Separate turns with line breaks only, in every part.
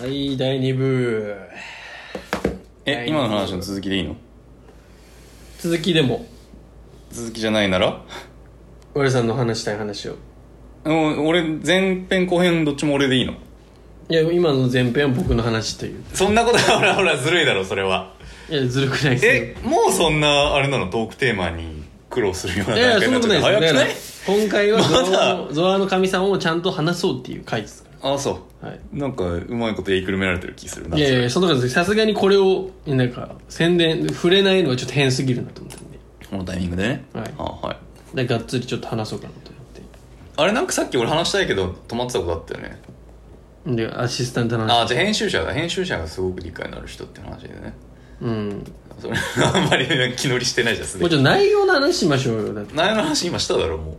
はい第2部は
え
い
今の話の続きでいいの
続きでも
続きじゃないなら
俺さんの話したい話を
もう俺前編後編どっちも俺でいいの
いや今の前編は僕の話という
そんなことほらほらずるいだろそれはい
やずるくないです
えもうそんなあれなのトークテーマに苦労するようない
やいや
段
そ
階
ん
にな
なこ
っ
と
ちゃ
ない
った
です
早
よ
くない
今回は
まだ
ゾワのゾワの神様をちゃんと話そうっていう回ですか
あそ
らはいう
なんかうまいこと言いくるめられてる気するない
やい
そ
や
れ
そんなことないですさすがにこれをなんか宣伝触れないのはちょっと変すぎるなと思ったんで
このタイミングでね
はい
あはい
でがっつりちょっと話そうかなと思って
あれなんかさっき俺話したいけど止まってたことあったよね
でアシスタントの話
あじゃあ編集者だ編集者がすごく理解のある人って話でね
うん
それあんまり気乗りしてないじゃんすで
もう
に
ちょっと内容の話しましょうよだってい
内容の話今しただろもう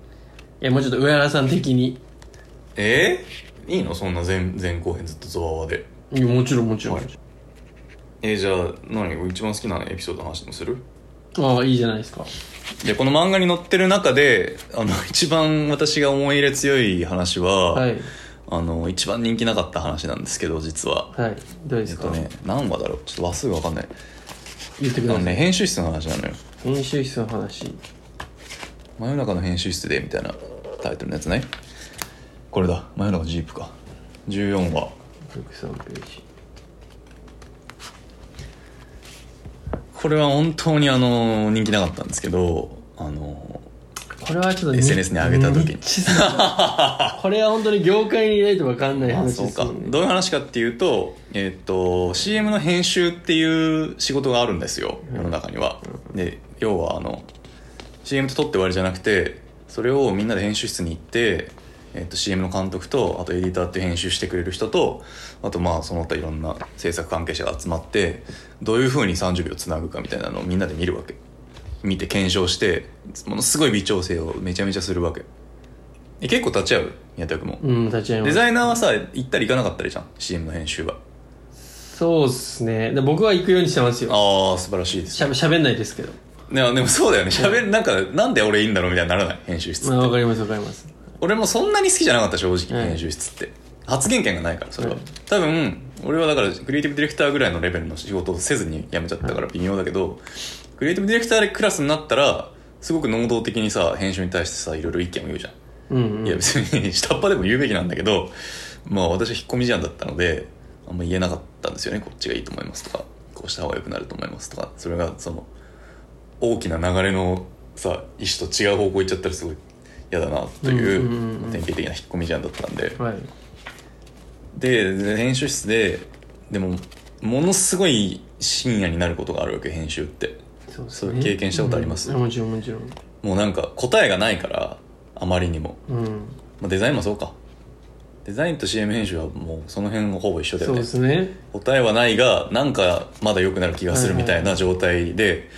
やもうちょっと上原さん的に
えー、いいのそんな前前後編ずっとゾワワで
いやもちろんもちろん、
はいえー、じゃあ何一番好きなエピソードの話でもする
ああいいじゃないですか
でこの漫画に載ってる中であの 一番私が思い入れ強い話は、
はい
あの一番人気なかった話なんですけど実は
はいどうで
えっ
す
と
か、
ね何話だろうちょっと話数が分かんない
言ってく
あ
だ
の
さい、
ね編集室の話なのよ
編集室の話
「真夜中の編集室で」みたいなタイトルのやつねこれだ「真夜中のジープ」か14話
103ページ
これは本当にあの人気なかったんですけどあの
これはちょっと
SNS に上げた時に
ニッチす ぎるこれは本当に業界にいないと分かんない
あ
話
そ
で
う
す
か
よね
どういう話かっていうと,、えーっと CM の編集っていう仕事があるんですよ世の中には。で要はあの CM って撮って終わりじゃなくてそれをみんなで編集室に行って、えーっと CM の監督とあとエディターって編集してくれる人とあとまあその他いろんな制作関係者が集まってどういうふうに30秒つなぐかみたいなのをみんなで見るわけ見て検証してものすごい微調整をめちゃめちゃするわけで結構立ち会う宮田君も。
うん立ち会いま
デ
す
ザイナーはさ行ったり行かなかったりじゃん CM の編集は
そうっすねで僕は行くようにしてますよ
ああ素晴らしいです
しゃべしゃべんないです けど
ねでもそうだよね喋るなんかなんで俺いいんだろうみたいにならない編集室って、
まあ分かります分かります
俺もそんなに好きじゃなかった正直、
はい
編集室って発言権がないからそれは、
はい
多分俺はだからクリエイティブディレクターぐらいのレベルの仕事をせずに辞めちゃったから微妙だけど、クリエイティブディレクターでクラスになったらすごく能動的にさ編集に対してさいろいろ意見を言うじゃん
うん、うん、
いや別に 下っ端でも言うべきなんだけどまあ私は引っ込み思案だったのであんま言えなかったんですよねこっちがいいと思いますとかこうした方が良くなると思いますとかそれがその大きな流れのさ意思と違う方向行っちゃったらすごい嫌だなという,、
うんうんうんうん
典型的な引っ込み思案だったんで
はい
でで編集室ででもものすごい深夜になることがあるわけ編集って
そうっ
そう経験したことあります
うんもちろんもちろん
もうなんか答えがないからあまりにも
うん
まあ、デザインもそうかデザインと CM 編集はもうその辺もほぼ一緒だ
そ
よ
うで
ね
すね
答えはないがなんかまだ良くなる気がするみたいな状態で、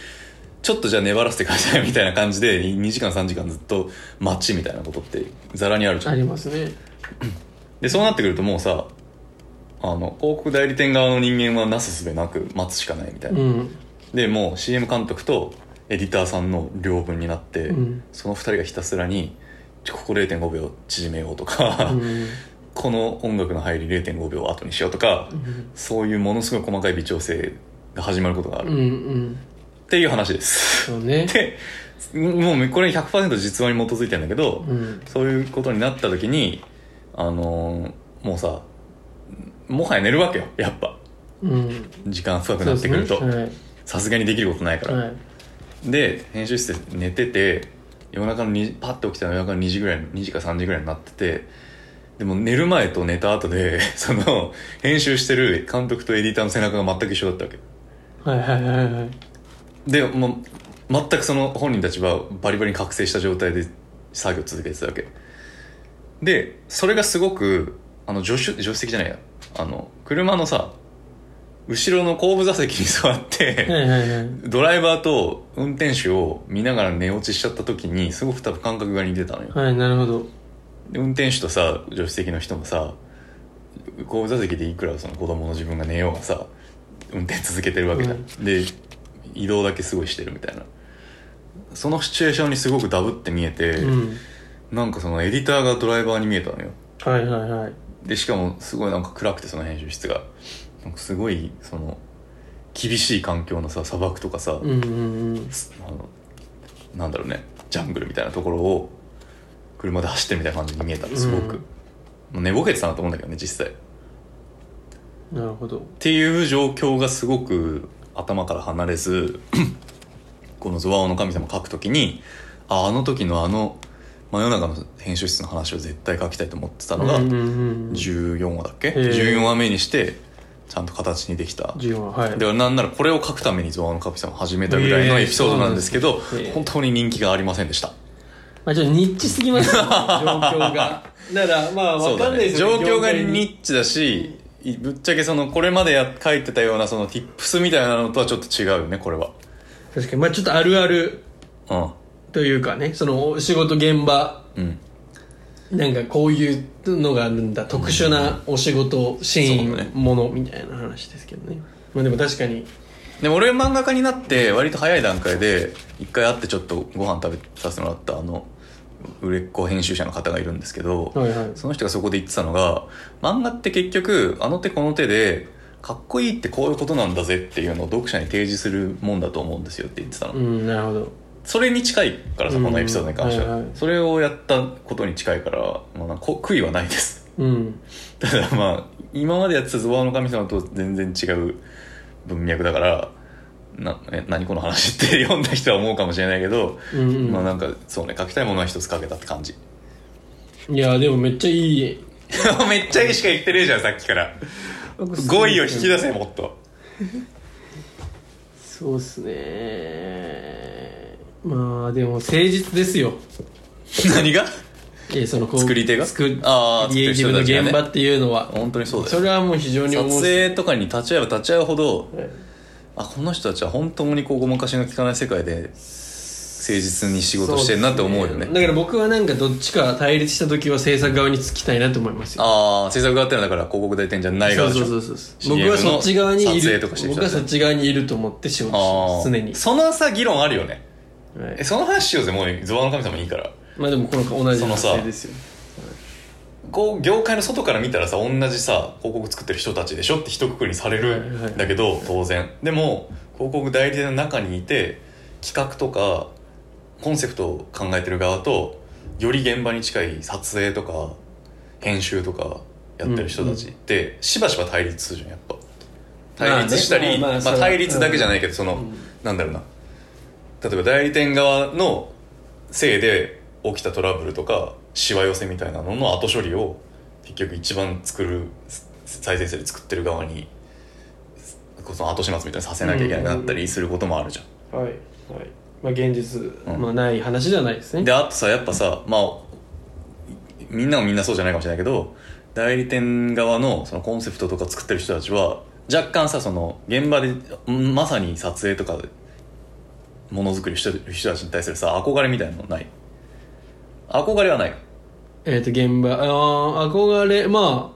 ちょっとじゃあ粘らせてくださいみたいな感じで2時間3時間ずっと待ちみたいなことってざらにあるじゃ
あ
ん
りますね
でそうなってくるともうさあの広告代理店側の人間はなすすべなく待つしかないみたいうな、
ん
でもう CM 監督とエディターさんの両分になって、
うん
その2人がひたすらにちょここ0.5秒縮めようとか、
うん
この音楽の入り0.5秒後にしようとか、そういうものすごい細かい微調整が始まることがあ
う
る、
ん
っ
うん
ていう話です
そうね
でもうこれ100%実話に基づいてるんだけど、
うん
そういうことになった時にあのーもうさもはや寝るわけよやっぱ
うん
時間深く
そう
なっ
です
てく
ね
ると
はい
さすがにできることないから、
はい
で編集室で寝てて夜中の2パッと起きたら夜中の2時ぐらい2時か3時ぐらいになっててでも寝る前と寝た後で その編集してる監督とエディターの背中が全く一緒だったわけ
はいはいはいはい
でもう全くその本人たちはバリバリに覚醒した状態で作業続けてたわけでそれがすごくあの助手助手席じゃないやあの車のさ後ろの後部座席に座って
はいはいはい
ドライバーと運転手を見ながら寝落ちしちゃった時にすごく多分感覚が似てたのよ
はいなるほど
で運転手とさ助手席の人もさ後部座席でいくらその子供の自分が寝ようがさ運転続けてるわけじゃん、で移動だけすごいしてるみたいなそのシチュエーションにすごくダブって見えて、
うん
なんかそのエディターがドライバーに見えたのよ
はいはいはい
でしかもすごいなんか暗くてその編集室がなんかすごいその厳しい環境のさ砂漠とかさ、
うんうんうん
あのなんだろうねジャングルみたいなところを車で走ってるみたいな感じに見えたのすご
うん
く、もう寝ぼけてたなと思うんだけどね実際っ
なるほど
ていう状況がすごく頭から離れず この「ゾワオの神様」書くときにああの時のあの真夜中の編集室の話を絶対書きたいと思ってたのが、
うんうんうん、
14話だっけ、
えー
?14 話目にしてちゃんと形にできた
14ははい
ではなんならこれを書くために「ゾワの神様」を始めたぐらいのエピソードなんですけど、
えー
本当に人気がありませんでした
まあちょっとニッチすぎますね状況がだからまあわかんないです
そう
よ、
だね、状況が
業界に
ニッチだし、いぶっちゃけそのこれまでや書いてたようなその tips みたいなのとはちょっと違うよねこれは
確かにまあちょっとあるある
う
というかねそのお仕事現場
んうん
なんかこういうのがあるんだ特殊なお仕事シ
そうだ
ー
ね
ンものみたいな話ですけどねまあでも確かに
でも俺漫画家になって割と早い段階で一回会ってちょっとご飯食べさせてもらったあの売れっ子編集者の方がいるんですけど、
はいはい
その人がそこで言ってたのが漫画って結局あの手この手でかっこいいってこういうことなんだぜっていうのを読者に提示するもんだと思うんですよって言ってたの、
うんなるほど
それに近いからさこのエピソードに関しては、
うんはいはい
それをやったことに近いから、まあなんかこ悔いはないです
うん
ただまあ今までやってた「ゾワの神様」と全然違う文脈だからなえ何この話って読んだ人は思うかもしれないけど、
うんうん
まあなんかそうね書きたいものは一つ書けたって感じ
いやでもめっちゃいい
めっちゃいいしか言ってねえじゃんさっきから語彙を引き出せもっ と
そうっすねまあでも誠実ですよ
何が
えーそのこう
作り手が
作る
あー
クリエイティブの
作ってる人たちがね
現場っていうのは
本当にそうだ
そ
よ
れはもう非常に
撮
思う
影とかに立ち会えば立ち会うほど
はい
あこの人たちは本当にこうごまかしの効かない世界で誠実に仕事してんなって思うよね
そですだから僕はなんかどっちか対立した時は制作側につきたいなと思いますよ
ああ制作側ってのはだから広告代理店じゃない
そ
側
う
でし
そ
ょ
うそうそう
CM
僕はそっち側にい
撮影
る
とかしてる
僕
人た
は
ち
そっち側にいると思って仕事し
あ
て
ー
ます常に、
そのさ議論あるよね
はい
えその話しようぜもうゾワの神様いいから
まあでもこの同じ
そのさ
撮影ですよ
こう業界の外から見たらさ同じさ広告作ってる人たちでしょって一括りにされ
はいはいは
る
い
んだけど当然でも広告代理店の中にいて企画とかコンセプトを考えてる側とより現場に近い撮影とか編集とかやってる人たちってしばしば対立するじゃんやっぱ対立した
まあね
り、まあ
まあまあそれは
対立だけじゃないけどその、
ん
なんだろうな例えば代理店側のせいで起きたトラブルとかしわ寄せみたいなのの後処理を結局一番作る再生数で作ってる側にその後始末みたいにさせなきゃいけなくなったりすることもあるじゃん。
はいはいまあ現実、
うん
まあない話ではないですね
であとさやっぱさまあみんなもみんなそうじゃないかもしれないけど代理店側のそのコンセプトとか作ってる人たちは若干さその現場でんまさに撮影とかでものづくりしてる人たちに対するさ憧れみたいなのない憧れはない
えっ、と現場ああ憧れま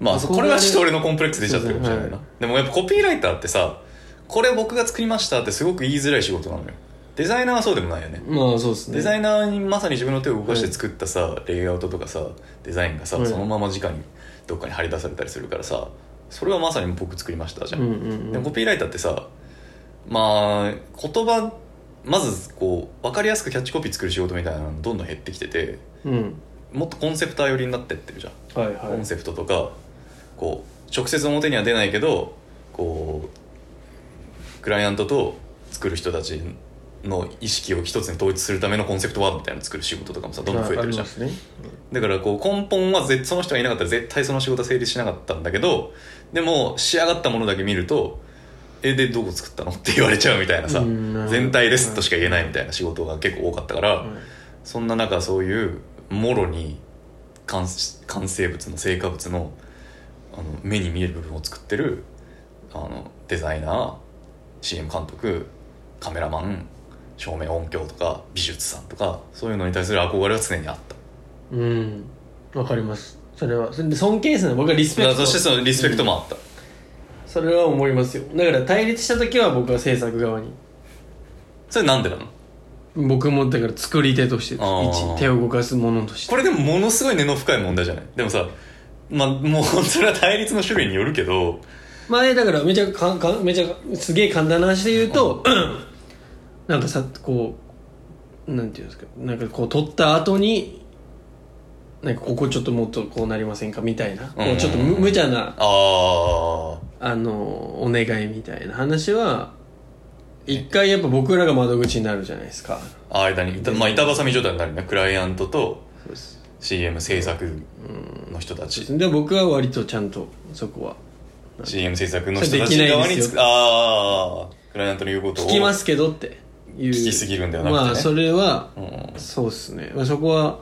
あ
まあ
憧れ
これはちょっと俺のコンプレックス出ちゃってるかもしれない
そ
な、
う
でもやっぱコピーライターってさこれ僕が作りましたってすごく言いづらい仕事なのよデザイナーはそうでもないよね
まあそうですね
デザイナーにまさに自分の手を動かして作ったさ、レイアウトとかさデザインがさ、
はい
そのまま直にどっかに張り出されたりするからさそれはまさに僕作りましたじゃん、
うんうん
で
う
も
ん
コピーライターってさまあ言葉まずこう分かりやすくキャッチコピー作る仕事みたいなのどんどん減ってきてて
うん
もっとコンセプター寄りになってってるじゃん
はい
コン
は
セプトとかこう直接表には出ないけどこうクライアントと作る人たちの意識を一つに統一するためのコンセプトワードみたいなの作る仕事とかもさ
い
どんどん増えてるじゃん
あありますね
だからこう根本はぜその人がいなかったら絶対その仕事は成立しなかったんだけどでも仕上がったものだけ見ると「えでどこ作ったの?」って言われちゃうみたいなさ
うんなるほど
全体ですとしか言えないみたいな仕事が結構多かったから、
はい
そんな中そういうもろに完完成物の成果物のあの目に見える部分を作ってるあのデザイナー CM 監督カメラマン照明音響とか美術さんとかそういうのに対する憧れは常にあった
うんわかりますそれはそれで尊敬ですね僕はリスペ
だか
ク
ら
ト
そしてそのリスペクトもあった、
それは思いますよだから対立した時は僕は制作側に
それなんでなの
僕もだから作り手として
あー
一手を動かすものとして
これでもものすごい根の深い問題じゃないでもさまあもうそれは対立の種類によるけど
まあねだからめちゃかんかんめちゃすげえ簡単な話で言うと、なんかさこうなんていうんですかなんかこう取った後になんかここちょっともっとこうなりませんかみたいな、こうちょっと無無茶な
あ
あのお願いみたいな話は一回やっぱ僕らが窓口になるじゃないですか
あ間に、まあ、板挟み状態になるねクライアントと CM 制作の人たち
で僕は割とちゃんとそこは
CM 制作の人た
それできない
ち側に
ですよ
つああクライアントの言うことを
聞きますけどっていう
聞きすぎるんではなくてね
まあそれは
うん
そうっすね、まあ、そこは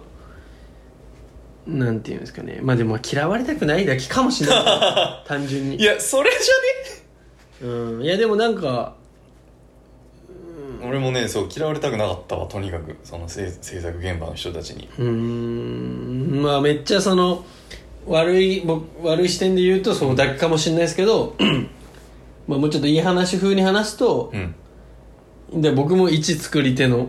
なんていうんですかねまあでも嫌われたくないだけかもしれ ない単純
い
に
やそれじ
うんいやでもなんか
ゃね俺もねそう嫌われたくなかったわとにかくその制制作現場の人たちに
うーんまあめっちゃその悪い僕悪い視点で言うとそのだけかもしれないですけど まあもうちょっといい話風に話すと
う、ん
で僕も一作り手の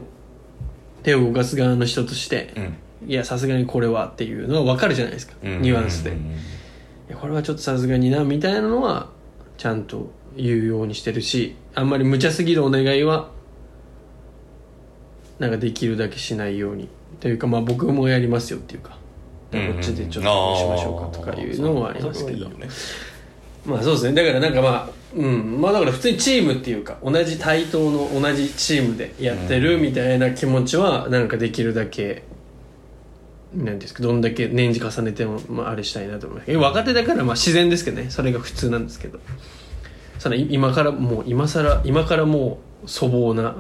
手を動かす側の人として、
うん
いやさすがにこれはっていうのは分かるじゃないですか、
うん
ニュアンスで、
うんうんうん
いやこれはちょっとさすがになみたいなのはちゃんと言うようにしてるしあんまり無茶すぎるお願いはなんかできるだけしないようにというかまあ僕もやりますよっていうかこ
うんうんうん
っちでちょっとこうしましょうかとかいうのもありますけ
あ
ど
ーそうそういいよね
まあそうですねだからなんかまあうんまあだから普通にチームっていうか同じ対等の同じチームでやってるみたいな気持ちはなんかできるだけなんですかどんだけ年次重ねても、まあ、あれしたいなと思いますえ若手だからまあ自然ですけどねそれが普通なんですけどそのい今からもう今さら今からもう粗暴な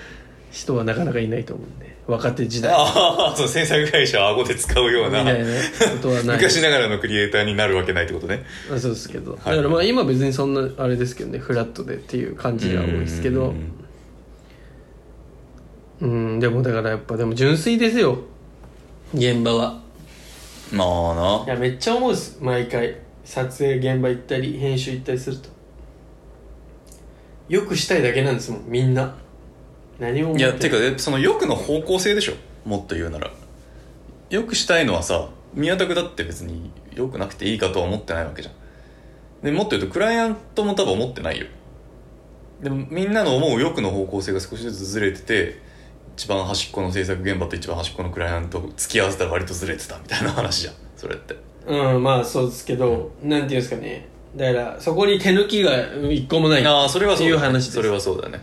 人はなかなかいないと思うんで若手時代
ああそう制作会社を顎で使うよう
み
な
たいなことはない
昔ながらのクリエイターになるわけないってことね
あそうですけど、
い
だからまあ今別にそんなあれですけどねフラットでっていう感じが多いですけど
うん
うんでもだからやっぱでも純粋ですよ現場は
まあない
やめっちゃ思うです毎回撮影現場行ったり編集行ったりするとよくしたいだけなんですもんみんな何も思
いやて
か
かえそのよくの方向性でしょもっと言うならよくしたいのはさ宮田君だって別によくなくていいかとは思ってないわけじゃんでもっと言うとクライアントも多分思ってないよでもみんなの思うよくの方向性が少しずつずれてて一番端っこの制作現場と一番端っこのクライアントを付き合わせたら割とずれてたみたいな話じゃんそれって
うんまあそうですけど、なんていうんですかねだからそこに手抜きが一個もない
ああそれはそう
っていう
だね
話です
それはそうだね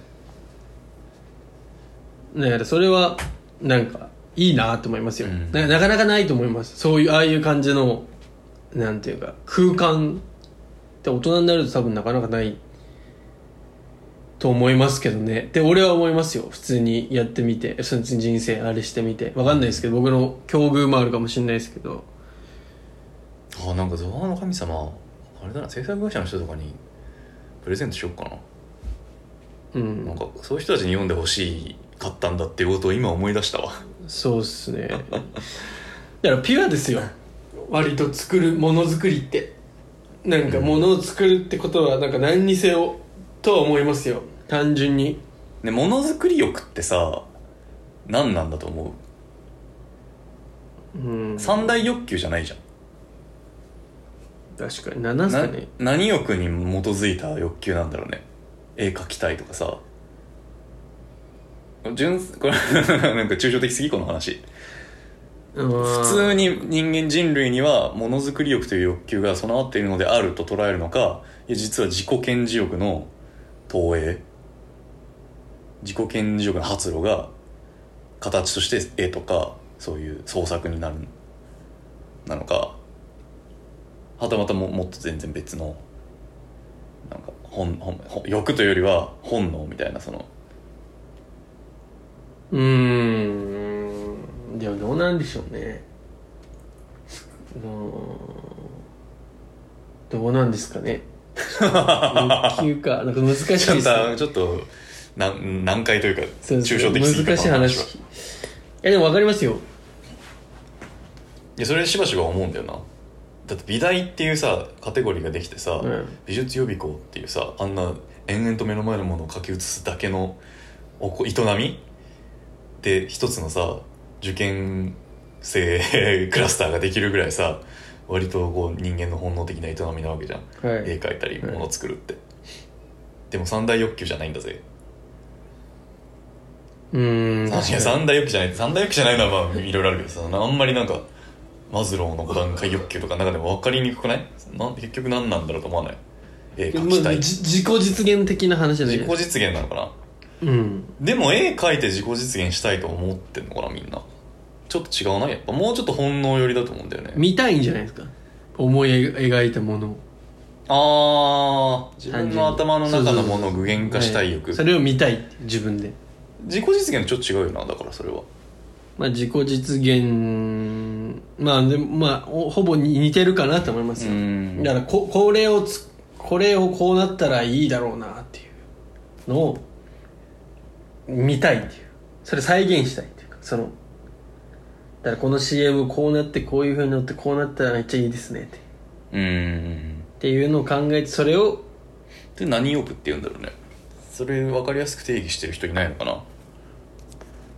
だからそれはなんかいいなと思いますよ、
うん
ななかなかないと思いますそういうああいう感じのなんていうか空間って大人になると多分なかなかないと思いますけどねで俺は思いますよ普通にやってみて普通に人生あれしてみてわかんないですけど僕の境遇もあるかもしれないですけど
ああなんか「ゾワの神様」あれだな制作会社の人とかにプレゼントしよっかな
うん
なんかそういう人たちに読んでほしかったんだっていうことを今思い出した わ
そうっすねだからピュアですよ割と作るものづくりってなんかものを作るってことはなんか何にせよとは思いますよ単純に
でものづくり欲ってさ何なんだと思う
うん
三大欲求じゃないじゃん
確かに何すかね
な何欲に基づいた欲求なんだろうね絵描きたいとかさ純粋これ なんか抽象的すぎこの話
普
普通に人間人類にはものづくり欲という欲求が備わっているのであると捉えるのかいや実は自己顕示欲の投影自己顕示欲の発露が形として絵とかそういう創作になるなのかはたまたももっと全然別のなんか本本本欲というよりは本能みたいなその
うーんでもどうなんでしょうねうーんどうなんですか ね欲求かなんか難しいです
ちょっ
ね
とちょっとなん難解というか
そうです
抽象的すぎた
難しい話
はい
やでも分かりますよ
いやそれしばしば思うんだよなだって美大っていうさカテゴリーができてさ、
うん
美術予備校っていうさあんな延々と目の前のものを書き写すだけのおこ営みで一つのさ受験生クラスターができるぐらいさ割とこう人間の本能的な営みなわけじゃん、
はい
絵描いたり
はい
物作るって、でも三大欲求じゃないんだぜ
うーん
三いや三大欲求じゃない三大欲求じゃないのはまあいろいろあるけどさあんまりなんかマズローの五段階欲求とかの中でも分かりにくくないなん結局何なんだろうと思わない絵描き
ま
た
あ
い
じ
自己
自己実現的な話だ
実
よね
現なのかな
うん
でも絵描いて自己実現したいと思ってんのかなみんなちょっと違うなやっぱもうちょっと本能寄りだと思うんだよね
見たいんじゃないですか思い描いたものを
ああ自
単純
分
に
の頭の中のものを具現化したい欲、
ねそれを見たいって自分で
自己実現とちょっと違うよなだからそれは
まあ自己実現まあでもまあおほぼに似てるかなと思いますよ
ん
だからここれをつこれをこうなったらいいだろうなっていうのを見たいっていうそれ再現したいっていうかそのだからこの CM こうなってこういうふうになってこうなったらめっちゃいいですねってっ
うん
ていうのを考えてそれを
で何欲って言うんだろうねそれ分かりやすく定義してる人いないのかな
う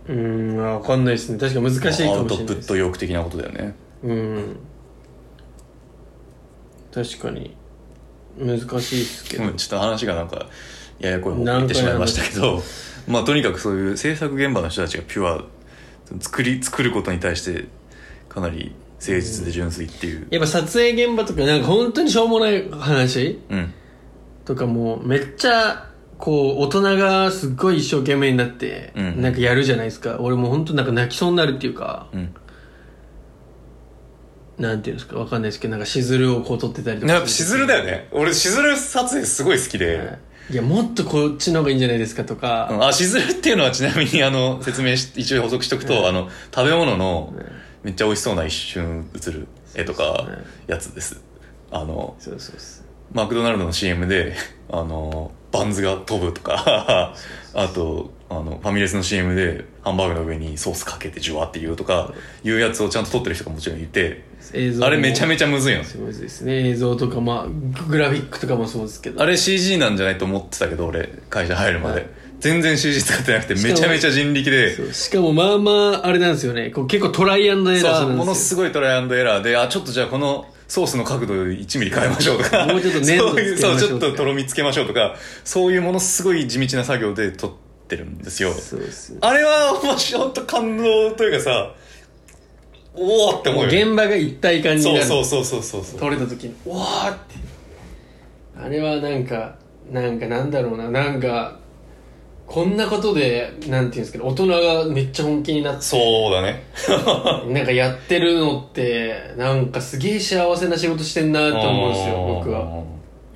ーんわかんないですね確か難しいかもしれ
ア
な
ウ
いで
ト
す
プット欲的なことだよね
うん確かに難しいですけど、
うんちょっと話がなんかややこい方向に行ってしまいましたけどまあとにかくそういう制作現場の人たちがピュア作り作ることに対してかなり誠実で純粋っていう
やっぱ撮影現場とかなんか本当にしょうもない話
うん
とかもめっちゃこう大人がすっごい一生懸命になって
うん
なんかやるじゃないですか、俺もう本当なんか泣きそうになるっていうか
うん
なんていうんですかわかんないですけどなんかしずるをこう撮ってたりとか
やっぱしずるだよね俺しずる撮影すごい好きで、
はいいやもっとこっちの方がいいんじゃないですかとか、
うんあしずるっていうのはちなみにあの説明し一応補足しとくと、あの食べ物のめっちゃ美味しそうな一瞬映る絵とか
そうですね
やつですあの
そうそうそう
マクドナルドの CM であのバンズが飛ぶとかあとあのファミレスの CM でハンバーグの上にソースかけてジュワって言うとかいうやつをちゃんと撮ってる人がもちろんいて
映像も
あれめちゃめちゃむずいの
すごいですね映像とかまあグラフィックとかもそうですけど
あれ CG なんじゃないと思ってたけど俺会社入るまで、
はい
全然 CG 使ってなくてめちゃめちゃ人力で
そうしかもまあまああれなんですよねこう結構トライアンドエラー
そう
なん
そう
ですよ
ものすごいトライアンドエラーであちょっとじゃあこのソースの角度1ミリ変えましょうとか
もうちょっと粘土
そういう
つけ
そ
ま
う
し
ち
ょ
ょ
うとか
っととろみつけましょうとかそういうものすごい地道な作業で撮ってるんですよ
そうですよ
あれはもう本当感動というかさおおって思うよね
現場が一体感にな
そう
る
そうそうそうそうそう
撮れた時にわーってあれはなんかなんかなんだろうななんかこんなことでなんていうんですけど大人がめっちゃ本気に なって
そうだね
なんかやってるのってなんかすげえ幸せな仕事してんなって思うんですよ僕は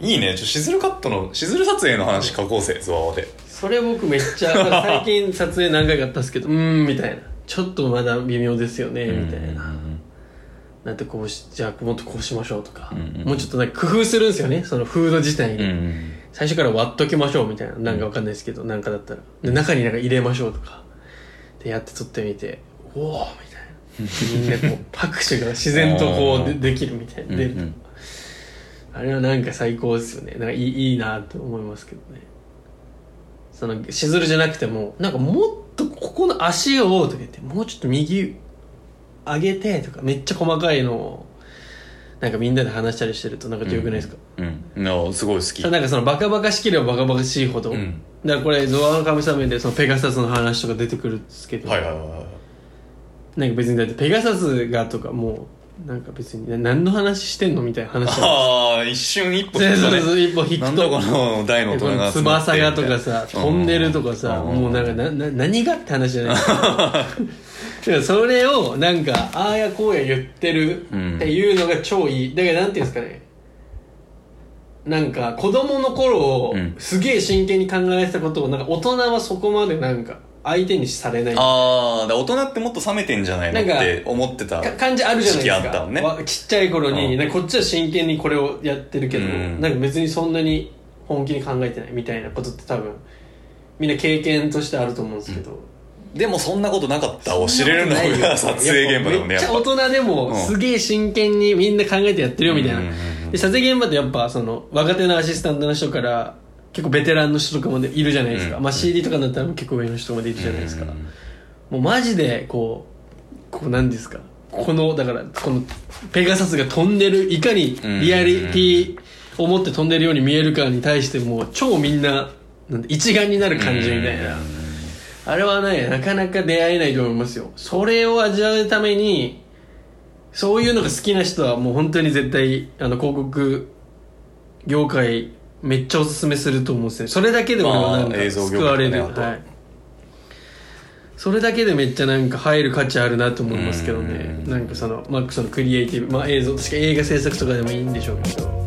うんいいねちょしずるカットのしずる撮影の話書こうぜズワワで
それ僕めっ ちゃ最近撮影何回かあったんですけどうーんみたいなちょっとまだ微妙ですよねみたいな、なんてこうしじゃあもっとこうしましょうとか、
うんうん
もうちょっとなんか工夫するんですよねそのフード自体
う
に、
ん
最初から割っときましょうみたいななんかわかんないですけど、なんかだったらで中になんか入れましょうとかでやって撮ってみておおみたいなみんなこう 拍手が自然とこうでできるみたいな、
うん
で
うん
あれはなんか最高ですよねなんかいいいいなと思いますけどねそのしずるじゃなくてもなんかもっとここの足をとか言ってもうちょっと右上げてとかめっちゃ細かいのをなんかみんなで話したりしてるとなんか強くないですか、
うんうんすごい好き
そうなんかそのバカバカしければバカバカしいほど、
うん
だからこれ「ゾワの神様」でそのペガサスの話とか出てくるんですけど、
はいはいはいはい
なんか別にだってペガサスがとかもうなんか別にな何の話してんのみたいな話じゃない
ああ一瞬一歩
ですか
た
そうそう
ね
そう一歩引
な
く
んだことの大の大人が
この翼がとかさ
うん
飛んでるとかさ、
うん
もうなんかなな何がって話じゃ ないですかだからそれをなんかああやこうや言ってるっていうのが超いいだからなんていうんですかねなんか子供の頃を
うん
すげえ真剣に考えてたことをなんか大人はそこまでなんか相手にされない
ああだから大人ってもっと冷めてんじゃないのっ
なんか
て思ってた
か感じあるじゃないです
時期あった
か、
もんね
わちっちゃい頃に、
うん
なんかこっちは真剣にこれをやってるけど、
うん
なんか別にそんなに本気に考えてないみたいなことって多分みんな経験としてあると思うんですけど、
でもそんなことなかったを知れるのが撮影現場だもんね
やっぱめっちゃ大人でも
うん
すげえ真剣にみんな考えてやってるよみたいな、
うんうんうんうん
で撮影現場ってやっぱその若手のアシスタントの人から結構ベテランの人とかまでいるじゃないですか、
うん
まあ、CD とかだったら結構上の人までいるじゃないですか、
うん
もうマジでこうこう何ですかこのだからこのペガサスが飛んでるいかにリアリティを持って飛んでるように見えるかに対してもう超みんななんて一丸になる感じみたいなあれはねなかなか出会えないと思いますよそれを味わうためにそういうのが好きな人はもう本当に絶対あの広告業界めっちゃおすすめすると思うんですねそれだけで俺はなん
まあ映
か
像業界
救われる、
とかねあと
はい、それだけでめっちゃなんか入る価値あるなと思いますけどね
うん
なんかその,、まあ、そのクリエイティブ、まあ、映像確か映画制作とかでもいいんでしょうけど